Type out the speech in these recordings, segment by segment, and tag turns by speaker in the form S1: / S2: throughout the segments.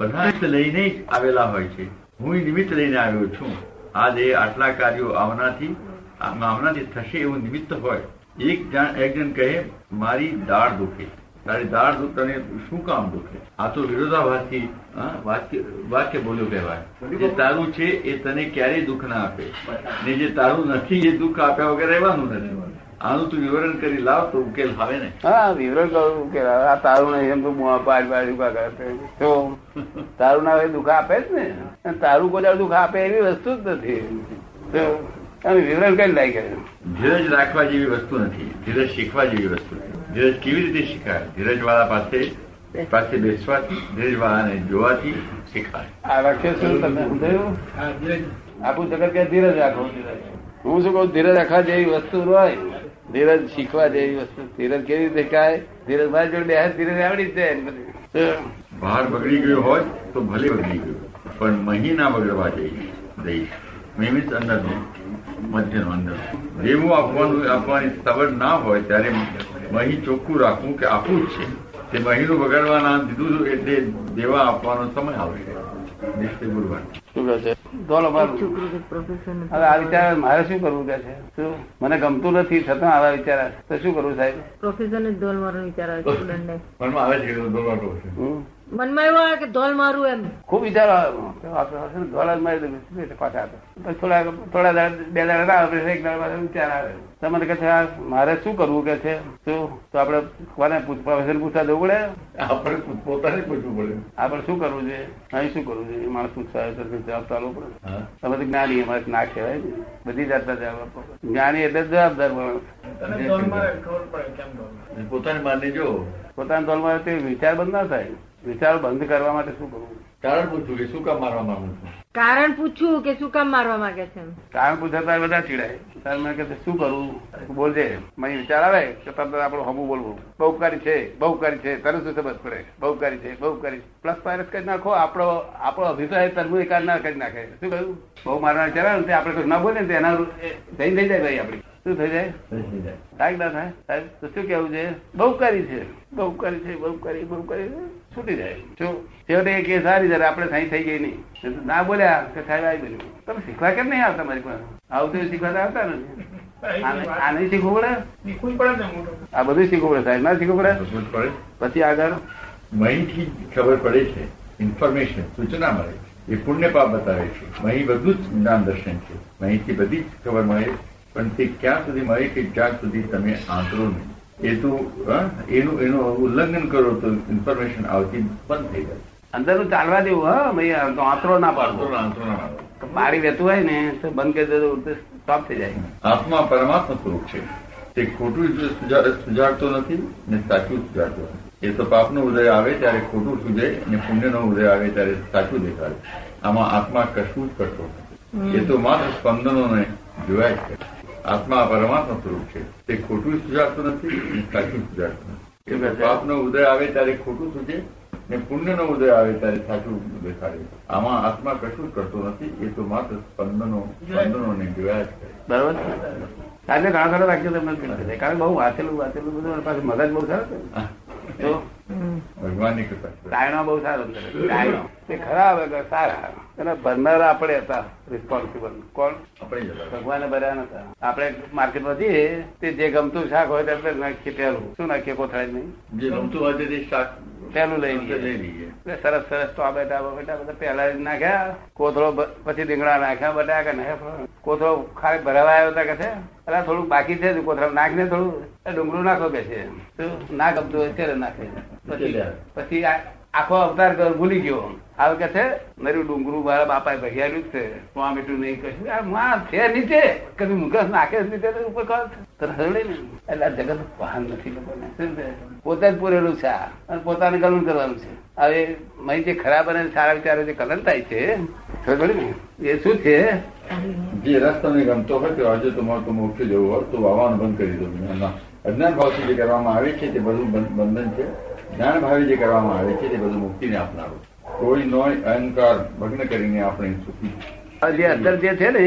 S1: બધા જ લઈને જ આવેલા હોય છે હું નિમિત્ત લઈને આવ્યો છું આ જે આટલા કાર્યો આવનાથી આમ આવનાથી થશે એવું નિમિત્ત હોય એક જણ એક જણ કહે મારી દાળ દુખે તારી દાળ દુખ તને શું કામ દુખે આ તો વિરોધાભાસથી હા, વાક્ય વાક્ય બોલ્યું કહેવાય જે તારું છે એ તને ક્યારેય દુઃખ ના આપે ને જે તારું નથી એ દુઃખ આપ્યા વગર રહેવાનું નથી આનું તું વિવરણ કરી લાવ તો ઉકેલ આવે ને
S2: હા વિવરણ કરું કે આ તારું નહીં એમ તો મોં પાડ પાડ ઉભા કરે તો તારું ના હોય દુઃખ આપે જ ને અને તારું કોઈ દાડો દુઃખ આપે એવી વસ્તુ જ નથી તો આમ વિવરણ કઈ લાઈ કરે
S1: ધીરજ રાખવા જેવી વસ્તુ નથી ધીરજ શીખવા જેવી વસ્તુ છે ધીરજ કેવી રીતે શીખાય ધીરજ વાળા પાસે પાસે બેસવાથી ધીરજ વાળાને જોવાથી શીખાય
S2: આ વાક્ય શું તમને સમજાયું આખું જગત કે ધીરજ રાખો હું શું કહું ધીરજ રાખવા જેવી વસ્તુ હોય ધીરજ શીખવા જેવી વસ્તુ ધીરજ કેવી રીતે શીખાય ધીરજ મારી જોડે બેસે ધીરજ આવડી જ જાય એમ બધું. તો
S1: બહાર બગડી ગયો હોય તો ભલે બગડી ગયો પણ મહી ના બગડવા જઈ દઈશ નિયમિત અંદરનું મધ્યનું અંદર જેવું આપવાનું આપવાની સવડ ના હોય ત્યારે મહી ચોખ્ખું રાખવું કે આપવું જ છે તે મહીનું બગાડવા ના દીધું હતું એટલે દેવા આપવાનો સમય આવશે નિશ્ચય ગુરુવાર
S2: શું કહે છે બોલો મારું હવે આ વિચાર મારે શું કરવું કે છે શું મને ગમતું નથી છતાં આવા વિચાર આવે. તો શું કરવું સાહેબ
S3: પ્રોફેસર ને ધોલ મારવાનો વિચાર આવે સ્ટુડન્ટ ને
S1: મનમાં આવે છે કે દોડવાટો હશે
S2: હમ?
S3: મનમાં એવું આવે કે ધોલ મારું એમ
S2: ખૂબ વિચાર આવ્યો ધોળા જ મારી દઉં શું એટલે પાછા આવે? પછી થોડા થોડા દાડા- બે દાડા ના આવે પછી એક દાડા પાછા વિચાર આવે તો મને કહે છે આ મારે શું કરવું કે છે શું તો આપણે કોને પૂછ- professor ને પૂછવા જવું પડે
S1: આપણે પોતાને પૂછવું પડે
S2: આપણે શું કરવું જોઈએ અહીં શું કરવું જોઈએ માણસ પૂછતા હોય તો કંઈક જવાબ તો આપવો પડે
S1: હા.
S2: આ બધું જ્ઞાની અમારે ના કહેવાય ને. બધી જાતના જવાબ આપવા પડે. જ્ઞાની એટલે જવાબદાર માણસ
S1: પોતાને માનને જો
S2: પોતાના ધોલમાં તે વિચાર બંધ ના થાય વિચાર બંધ કરવા માટે શું કરવું
S1: કારણ પૂછું કે શું કામ મારવા માંગુ છું
S3: કારણ પૂછ્યું કે શું કામ મારવા માંગે છે એમ
S2: કારણ પૂછાતા બધા ચીડાય ત્યારે મને કહે છે, શું કરવું બોલજે મને વિચાર આવે કે તરત આપણું હમું બોલવું બહુ ઉપકારી છે બહુ ઉપકારી છે તને શું ખબર પડે બહુ ઉપકારી છે બહુ ઉપકારી છે. પ્લસ માઇનસ કરી નાખો આપણો આપણો અભિપ્રાય તરમું એકાર ના કરી નાખે શું કહ્યું બહુ મારવા વિચાર આવે ને તે આપણે કશું ના બોલે ને તો એના એ જઈને થઈ જાય ભાઈ આપડી શું થઈ જાય થાય કે ના થાય સાહેબ તો શું કેવું છે બહુ ઉપકારી છે બહુ ઉપકારી છે બહુ ઉપકારી બહુ ઉપકારી છૂટી જાય શું છેવટે એ કે સારી જરા આપણે સાઈ થઈ ગઈ નહીં નહીં તો ના બોલ્યા કે સાહેબ આવી બન્યું તમે શીખવા કેમ નહીં આવતા મારી પાસે આવું તો શીખવા તો આવતા નથી આને- આ નહીં શીખવું પડે આ બધું શીખવું પડે સાહેબ ના શીખવું પડે
S1: સમજ પડે
S2: પછી આગળ
S1: મહીથી ખબર પડે છે ઇન્ફોર્મેશન સૂચના મળે છે એ પુણ્ય પાપ બતાવે છે મહી બધું જ જ્ઞાન દર્શન છે મહીથી બધી જ ખબર મળે પણ તે ક્યાં સુધી મળે કે જ્યાં સુધી તમે આંતરો નહીં એ તો હા, એનું એનું ઉલ્લંઘન કરો તો ઇન્ફોર્મેશન આવતી બંધ થઈ જાય
S2: અંદરનું ચાલવા દેવું હા ભાઈ તો આંતરો ના પાડવો
S1: આંતરો આંતરો ના આવે.
S2: પાડી વહેતું હોય ને તો બંધ કરી દેતો સ્ટોપ થઈ જાય
S1: આત્મા પરમાત્મા સ્વરૂપ છે તે ખોટું જ સુજા- સુજાડતો નથી ને સાચું સુજાડતો નથી એ તો પાપનો ઉદય આવે ત્યારે ખોટું સુજે ને પુણ્યનો ઉદય આવે ત્યારે સાચું દેખાડે આમાં આત્મા કશું જ કરતો નથી એ તો માત્ર સ્પંદનોને જોયા જ કરે આત્મા પરમાત્મા સ્વરૂપ છે તે ખોટું સુજાડતો નથી ને સાચું સુજાડતો નથી એ તો પાપનો ઉદય આવે ત્યારે ખોટું સુજે ને પુણ્યનો ઉદય આવે ત્યારે સાચું દેખાડે આમાં આત્મા કશું જ કરતો નથી એ તો માત્ર સ્પંદનો સ્પંદનોને જોયા જ કરે
S2: બરોબર આજે ઘણા ખરા વાક્યો તમને કહી દે. કારણ કે બહુ વાંચેલું વાંચેલું બધું અને પાછું મગજ બહુ સારું છે. તો
S1: ભગવાનની કૃપા
S2: ડાયણો બહુ સારો છે. ડાયણો તે ખરા વગર સારા અને ભરનારા આપણે હતા રિસ્પોન્સિબલ કોણ
S1: આપણે જ હતા.
S2: ભગવાને ભર્યા નતા આપણે માર્કેટમાં જઈએ તે જે ગમતું શાક હોય તે આપણે નાખીએ પહેલું શું નાખીએ કોથળાઈ નહીં
S1: જે રમતું હોય તે શાક
S2: પહેલું લઈ લઈએ.
S1: લઈ લઈએ
S2: એટલે સરસ સરસ તો આ બેટા આ બેટા બધા પહેલા જ નાખ્યા કોથળો બ- પછી રીંગણા નાખ્યા બટાકા નાખ્યા કોથળો ખાલી ભરાવા આવ્યો હતા કે છે અલા થોડું બાકી છે તો કોથળા નાખને થોડું એ ડુંગળું નાખો કે છે તો ના ગમતું હોય ત્યારે નાખે પછી પછી આ- આખો અવતાર ગયો, ભૂલી ગયો આવે કે છે નર્યું ડુંગરું મારા બાપા ભગાડ્યું જ છે હું આ બેટું નહીં કશું આ માં છે નીચે કદી મુકસ નાખે જ નીચે તો ઉપર કર તો રસોડે ને એટલે આ જગત ભાન નથી લોકોને શું છે? પોતે જ પૂરેલું છે આ. અને પોતાને ગલન કરવાનું છે હવે મહી જે ખરાબ અને સારા વિચારો જે કલન થાય છે ખબર પડી ને એ શું છે
S1: જે રસ તમને ગમતો હોય તે આજે તમારે તો મોક્ષ જવું હોય તો વાવાનું બંધ કરી દો ના. અજ્ઞાન ભાવથી જે કરવામાં આવે છે તે બધું બંધ- બંધન છે જ્ઞાન ભાવે જે કરવામાં આવે છે તે બધું મુક્તિને આપનારું કોઈ નોય અહંકાર ભગ્ન કરીને આપણે સુખી
S2: આ જે અંદર જે છે ને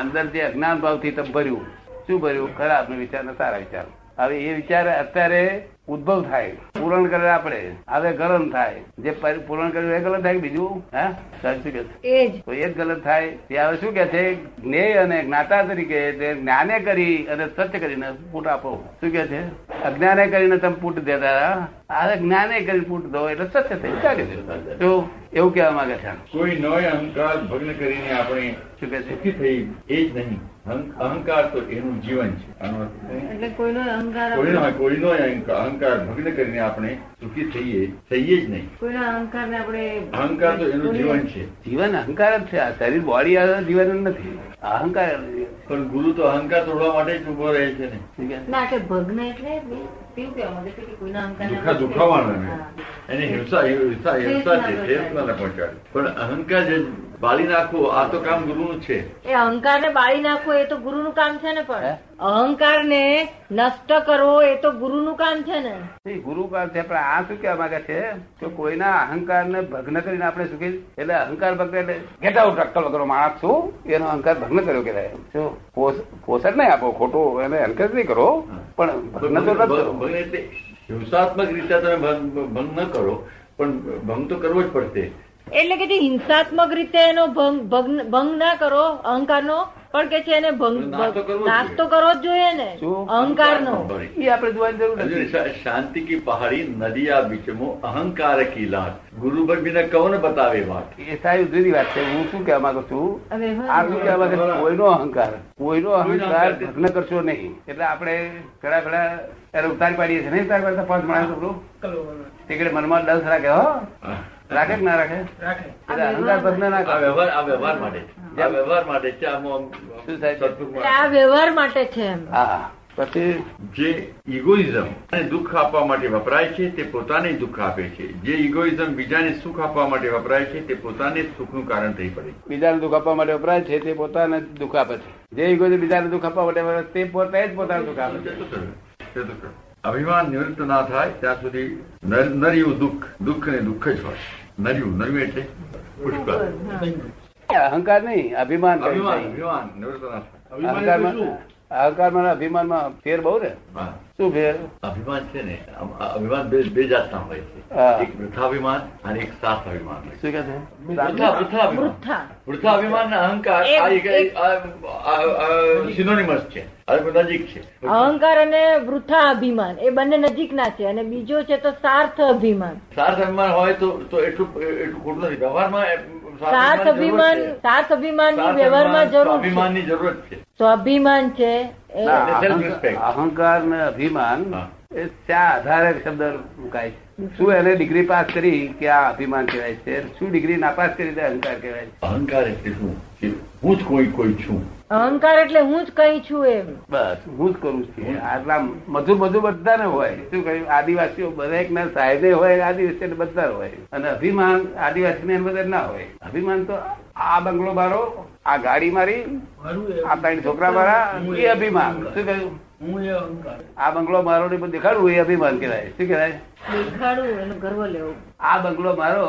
S2: અંદર જે અજ્ઞાન ભાવથી તમે ભર્યું શું ભર્યું ખરાબ વિચાર ને સારા વિચાર હવે એ વિચાર અત્યારે ઉદ્ભવ થાય પૂરણ કરે આપણે હવે ગલન થાય જે પર- પૂરણ કર્યું એ ગલન થાય કે બીજું હા સાચું કે છે.
S3: એ જ
S2: તો એ જ ગલત થાય તે હવે શું કે છે જ્ઞેય અને જ્ઞાતા તરીકે તે જ્ઞાને કરી અને સત્ય કરીને પૂટ આપો શું કે છે અજ્ઞાને કરીને તમે પૂટ દેતા હતા. આ જ્ઞાને કરીને પૂટ દો એટલે સત્ય થઈ ચાલે છે શું એવું કહેવા માંગે છે
S1: કોઈ નોય અહંકાર ભગ્ન કરીને આપણે
S2: શું કે છે
S1: સુખી થઈ એ જ નહીં અહં- અહંકાર તો એનું જીવન છે આનો અર્થ શું?
S3: એટલે કોઈનો અહંકાર
S1: કોઈનો કોઈનો અહંકાર અહંકાર ભગ્ન કરીને આપણે સુખી થઈએ થઈએ જ નહીં
S3: કોઈના અહંકાર ને આપણે
S1: અહંકાર તો એનું જીવન છે
S2: જીવન અહંકાર જ છે આ શરીર બોડી આ જીવન જ નથી આ અહંકાર જ છે.
S1: પણ ગુરુ તો અહંકાર તોડવા માટે જ ઉભો રહે છે ને
S2: શું કે છે?
S3: ના કે ભગ્ન એટલે બે- તેવું કહેવા માંગે છે કે કોઈના અહંકાર ને
S1: દુખા
S3: આપણે-
S1: દુખાવાના ને
S3: હા.
S1: એની હિંસા હિંસા હિંસા છે
S3: ઠેસ ના
S1: ઠેસ ના પહોંચાડે પણ અહંકાર જે બાળી નાખવો આ તો કામ ગુરુનું છે
S3: એ અહંકાર ને બાળી નાખવો એ તો ગુરુ નું કામ છે ને
S2: હે?
S3: પણ અહંકાર ને નષ્ટ કરવો એ તો ગુરુ નું કામ છે ને
S2: એ ગુરુકાર છે પણ આ શું કહેવા માંગે છે કે કોઈના અહંકારને ભગ્ન કરીને આપણે સુખી એટલે અહંકાર ભગ્ન એટલે ગેટ આઉટ અક્કલ વગરનો માણસ છું એનો અહંકાર ભગ્ન કર્યો કે શું પોસ- પોષણ નહીં આપો ખોટું એને હરકત નહીં કરો પણ ભગ્ન તો ન કરો
S1: ભંગ એટલે હિંસાત્મક રીતે તમે ભંગ ભંગ ન કરો પણ ભંગ તો કરવો જ પડશે
S3: એટલે કે જે હિંસાત્મક રીતે એનો ભંગ ભગ્ન- ભંગ ના કરો અહંકાર નો પણ કે છે એને ભંગ
S1: પણ નાશ તો કરવો જ જોઈએ.
S3: નાશ તો કરવો જ જોઈએ ને
S2: શું?
S3: અહંકાર નો
S1: ભરી.
S2: એ આપણે જોવાની જરૂર
S1: હજુ
S2: નથી
S1: શા- શાંતિ કી પહાડી નદિયા બીચમો અહંકાર કી લાટ ગુરુ પર બીને કૌન બતાવે વાત
S2: એ સાહેબ જુદી વાત છે હું શું કહેવા માંગુ છું
S3: હવે હવે
S2: આ શું કહેવા માંગે છે? કોઈનો અહંકાર કોઈનો
S1: કોઈનો
S2: અહંકાર
S1: અહંકાર.
S2: ભગ્ન કરશો નહીં એટલે આપણે ઘણા ઘણા ત્યારે ઉતારી પાડીએ છીએ નહીં ઉતારી પાડતા પાંચ માણસ આપણું તીકડે મનમાં દસ રાખે હો રાખે કે ના રાખે એટલે અહંકાર ભગ્ન ના
S1: આ
S2: કરે
S1: વ્યવહાર આ વ્યવહાર માટે છે. આ વ્યવહાર માટે છે આમ આમ-
S2: શું સાહેબ?
S1: સદગુણમાં-
S3: એટલે આ વ્યવહાર માટે છે એમ
S2: હા પછી
S1: જે ઇગોઇઝમ અને દુઃખ આપવા માટે વપરાય છે તે પોતાને દુઃખ આપે છે જે ઇગોઇઝમ બીજાને સુખ આપવા માટે વપરાય છે તે પોતાને જ સુખનું કારણ થઈ પડે છે
S2: બીજાને દુઃખ આપવા માટે વપરાય છે તે પોતાને જ દુઃખ આપે છે જે ઈગો છે બીજાને દુઃખ આપવા માટે વપરાય છે, તે પોતે જ પોતાનું દુઃખ આપે છે
S1: તે તો ખરું. તે તો ખરું. અભિમાન નિવૃત્ત ના થાય ત્યાં સુધી નર- નર્યું દુઃખ દુઃખ ને દુઃખ જ હોય નર્યું નર્યું એટલે પુષ્કળ
S2: અહંકાર નહીં અભિમાન કરી
S1: અભિમાન
S2: જાય.
S1: અભિમાન નિવૃત્ત ના થાય
S2: અહંકારમાં અહંકારમાં અને અભિમાનમાં ફેર બહુ ને
S1: હા.
S2: શું ફેર
S1: અભિમાન છે ને આમ આ અભિમાન બે બે જાતના હોય
S2: હા.
S1: છે એક વૃથાભિમાન અને એક સાથ અભિમાન હોય છે.
S2: શું કે છે
S1: વૃથા વૃથા અભિમાન
S3: વૃથા.
S1: વૃથા અભિમાન ને અહંકાર
S3: એક-
S1: આ એક-
S3: એક-
S1: આ- આ- આ synonymous છે આ લોકો નજીક છે
S3: અહંકાર અને વૃથા અભિમાન એ બંને નજીકના છે અને બીજો છે તો સાર્થ અભિમાન
S1: સાર્થ અભિમાન હોય તો તો એટલું એટલું ખોટું નથી વ્યવહારમાં એ-
S3: સાર્થ અભિમાન સાર્થ અભિમાન
S1: સાર્થ
S3: વ્યવહારમાં જરૂર છે
S1: સ્વાભિમાનની જરૂર જ છે
S3: સ્વાભિમાન છે એ
S2: ના,
S1: એટલે self
S2: અહંકાર-
S1: respect.
S2: અહંકાર ને અભિમાન
S1: હા.
S2: એ શા આધારે શબ્દ મુકાય છે શું એને ડિગ્રી પાસ કરી કે આ અભિમાન કહેવાય છે શું ડિગ્રી નાપાસ કરી તે અહંકાર કહેવાય છે
S1: અહંકાર એટલે શું કે હું જ કોઈ કોઈ છું
S3: અહંકાર એટલે હું જ કઈ છું એમ
S2: બસ હું જ કરું છું આટલા મજૂર મજૂર બધાને હોય શું કહ્યું આદિવાસીઓ દરેક ના સાહેબે હોય આદિવાસી એટલે બધા હોય અને અભિમાન આદિવાસી ને બધા ના હોય અભિમાન તો આ બંગલો મારો આ ગાડી મારી આ ત્રણ છોકરા મારા એ અભિમાન શું કહ્યું આ બંગલો મારો ને બધું દેખાડવું એ અભિમાન કહેવાય શું કહેવાય
S3: દેખાડવું એનો ગર્વ લેવો
S2: આ બંગલો મારો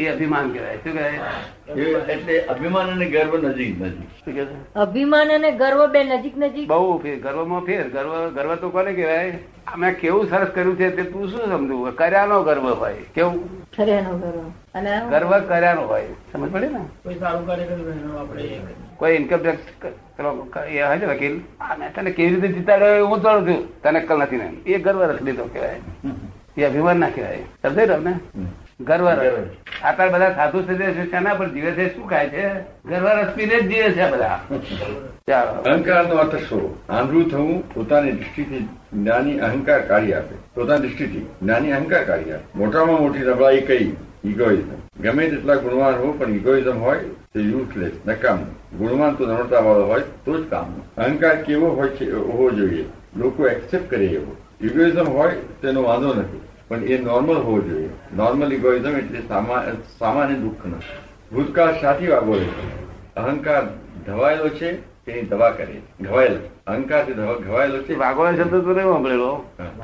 S2: એ અભિમાન કહેવાય શું કહેવાય
S1: એ- એટલે અભિમાન અને ગર્વ નજીક નજીક
S2: શું કહેવાય
S3: અભિમાન અને ગર્વ બે નજીક નજીક
S2: બહુ ફેર ગર્વમાં ફેર ગર્વ ગર્વ તો કોને કહેવાય અમે કેવું સરસ કર્યું છે તે તું શું સમજવું કર્યાનો ગર્વ હોય કેવું
S3: ખરેનો ગર્વ અને
S2: ગર્વ કર્યાનો હોય સમજ પડે ને
S4: કોઈ સારું કાર્ય કર્યું હોય એનો આપણે
S2: કોઈ ઇન્કમ ટેક્સ એ હોય છે વકીલ આ મેં તને કેવી રીતે જીતાડ્યો એ હું જાણું છું તને અક્કલ નથી ને એ ગર્વ રસ લીધો કહેવાય એ અભિમાન ના કહેવાય સમજાય તમને ગર્વ
S1: ગર્વ.
S2: રસ અત્યારે બધા સાધુ સજે છે શેના પર જીવે છે શું ખાય છે ગર્વ રસ પીને જ જીવે છે આ બધા ચાલો
S1: અહંકારનો અર્થ શું આંધળું થવું પોતાની દૃષ્ટિથી જ્ઞાની અહંકાર કાઢી આપે પોતાની દૃષ્ટિથી જ્ઞાની અહંકાર કાઢી આપે મોટામાં મોટી નબળાઈ કઈ ઇગોઇઝમ ગમે તેટલા ગુણવાન હો પણ ઇગોઇઝમ હોય તે યુઝલેસ નકામું ગુણવાન તો નમ્રતા વાળો હોય તો જ કામનો અહંકાર કેવો હોય છે હોવો જોઈએ લોકો એક્સેપ્ટ કરે એવો ઇગોઇઝમ હોય તેનો વાંધો નથી પણ એ નોર્મલ હોવો જોઈએ નોર્મલ ઇગોઇઝમ એટલે સામા- સામાન્ય દુઃખ નથી ભૂતકાળ સાથી વાગો અહંકાર ધવાયેલો છે તેની દવા કરે ઘવાયેલો અહંકારથી ધવા- ઘવાયેલો છે
S2: વાઘોળા શબ્દ તો નહીં સાંભળેલો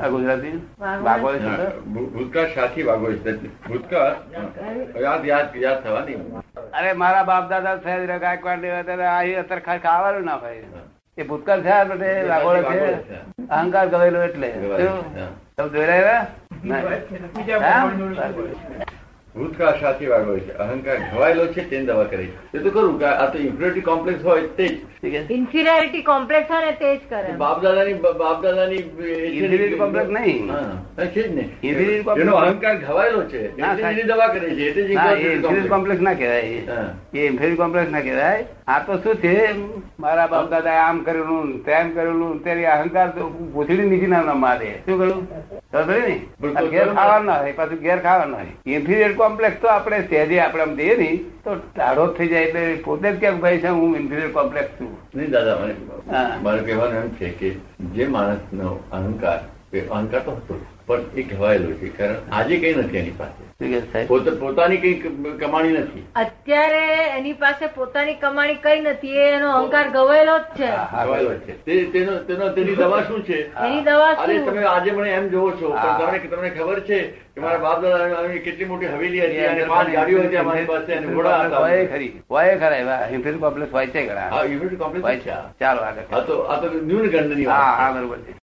S2: આ ગુજરાતી
S3: વાઘોળા.
S2: વાઘોળા
S1: હા,
S2: શબ્દ
S1: ભૂ- ભૂતકાળ સાથી વાગો છે ભૂતકાળ યાદ યાદ યાદ થવાની
S2: અરે મારા બાપ દાદા સાહેબ ગાયકવાડ ને બધા આ એ અત્યારે ખાલી ખાવાનું ના ભાઈ એ ભૂતકાળ છે આપણે લાગોળો
S1: લાગોળો
S2: છે
S1: છે.
S2: અહંકાર ગવેલો એટલે
S1: ગવાય,
S2: શું?
S1: હા.
S2: તમે જોઈ રહ્યા ના
S4: બીજા ભગવાનનું
S1: ભૂતકાળ સાચી વાત હોય છે અહંકાર ઘવાયેલો છે તેને દવા કરે છે એ તો ખરું કે આ તો ઇન્ફ્યુરિટી કોમ્પ્લેક્સ હોય તે જ
S2: ઠીક છે
S3: ઇન્ફિરિયોરિટી કોમ્પ્લેક્સ હોય ને તે જ કરે
S1: બાપ દાદાની બાપ દાદાની
S2: Inferiority complex નહીં.
S1: હા, છે જ ને
S2: Inferiority complex-
S1: એનો અહંકાર ઘવાયેલો છે
S2: ના,
S1: એટલે એની દવા કરે છે એટલે જ
S2: ના એ
S1: inferiority
S2: ઇન્ફિરિયર
S1: complex.
S2: કોમ્પ્લેક્સ ના કહેવાય
S1: હા.
S2: એ ઇન્ફિરિયર કોમ્પ્લેક્સ ના કહેવાય આ તો શું છે મારા બાપ દાદા આમ કરેલું ને તેમ કરેલું ને ત્યારે અહંકાર તો ભૂસડી નીચે ના ના મારે શું કરું ખબર પડી ને
S1: બિલકુલ.
S2: અને ઘેર ખાવાનું ના હોય પાછું ઘેર ખાવાનું ના હોય ઇન્ફિરિયર કોમ્પ્લેક્સ તો આપણે સહેજે આપણે આમ જઈએ ને તો ટાળો જ થઈ જાય એટલે પોતે જ ક્યાંક ભાઈ છે હું ઇન્ફિરિયર કોમ્પ્લેક્સ છું
S1: નહીં દાદા મને
S2: હા.
S1: મારું કહેવાનું એમ છે કે જે માણસનો અહંકાર એ અહંકાર તો હતો પણ એ ઘવાયેલો છે કારણ આજે કઈ નથી એની પાસે
S2: શું કહે સાહેબ
S1: પોતે પોતાની કઈ કમાણી નથી
S3: અત્યારે એની પાસે પોતાની કમાણી કઈ નથી એ એનો અહંકાર ગવાયેલો જ છે
S2: હા.
S1: ઘવાયેલો છે તે- તેનો તેનો તેની દવા શું છે
S3: એની દવા
S1: આજે
S3: શું
S1: તમે આજે મને એમ જોવો છો
S2: હા.
S1: પણ તમને તમને ખબર છે કે મારા બાપ દાદા કેટલી મોટી હવેલી હતી અને પાંચ ગાડીઓ હતી અમારી પાસે અને ઘોડા
S2: હોય
S1: હતા
S2: ખરી હોય ખરા એવા ઇન્ફિરિયર કોમ્પ્લેક્સ હોય છે ઘણા
S1: હા, એ બધું complete
S2: હોય
S1: છે
S2: છે
S1: આ.
S2: ચાલો આગળ
S1: આ તો આ તો ન્યૂનગંડની
S2: હા
S1: વાત
S2: હા
S1: છે.
S2: બરોબર છે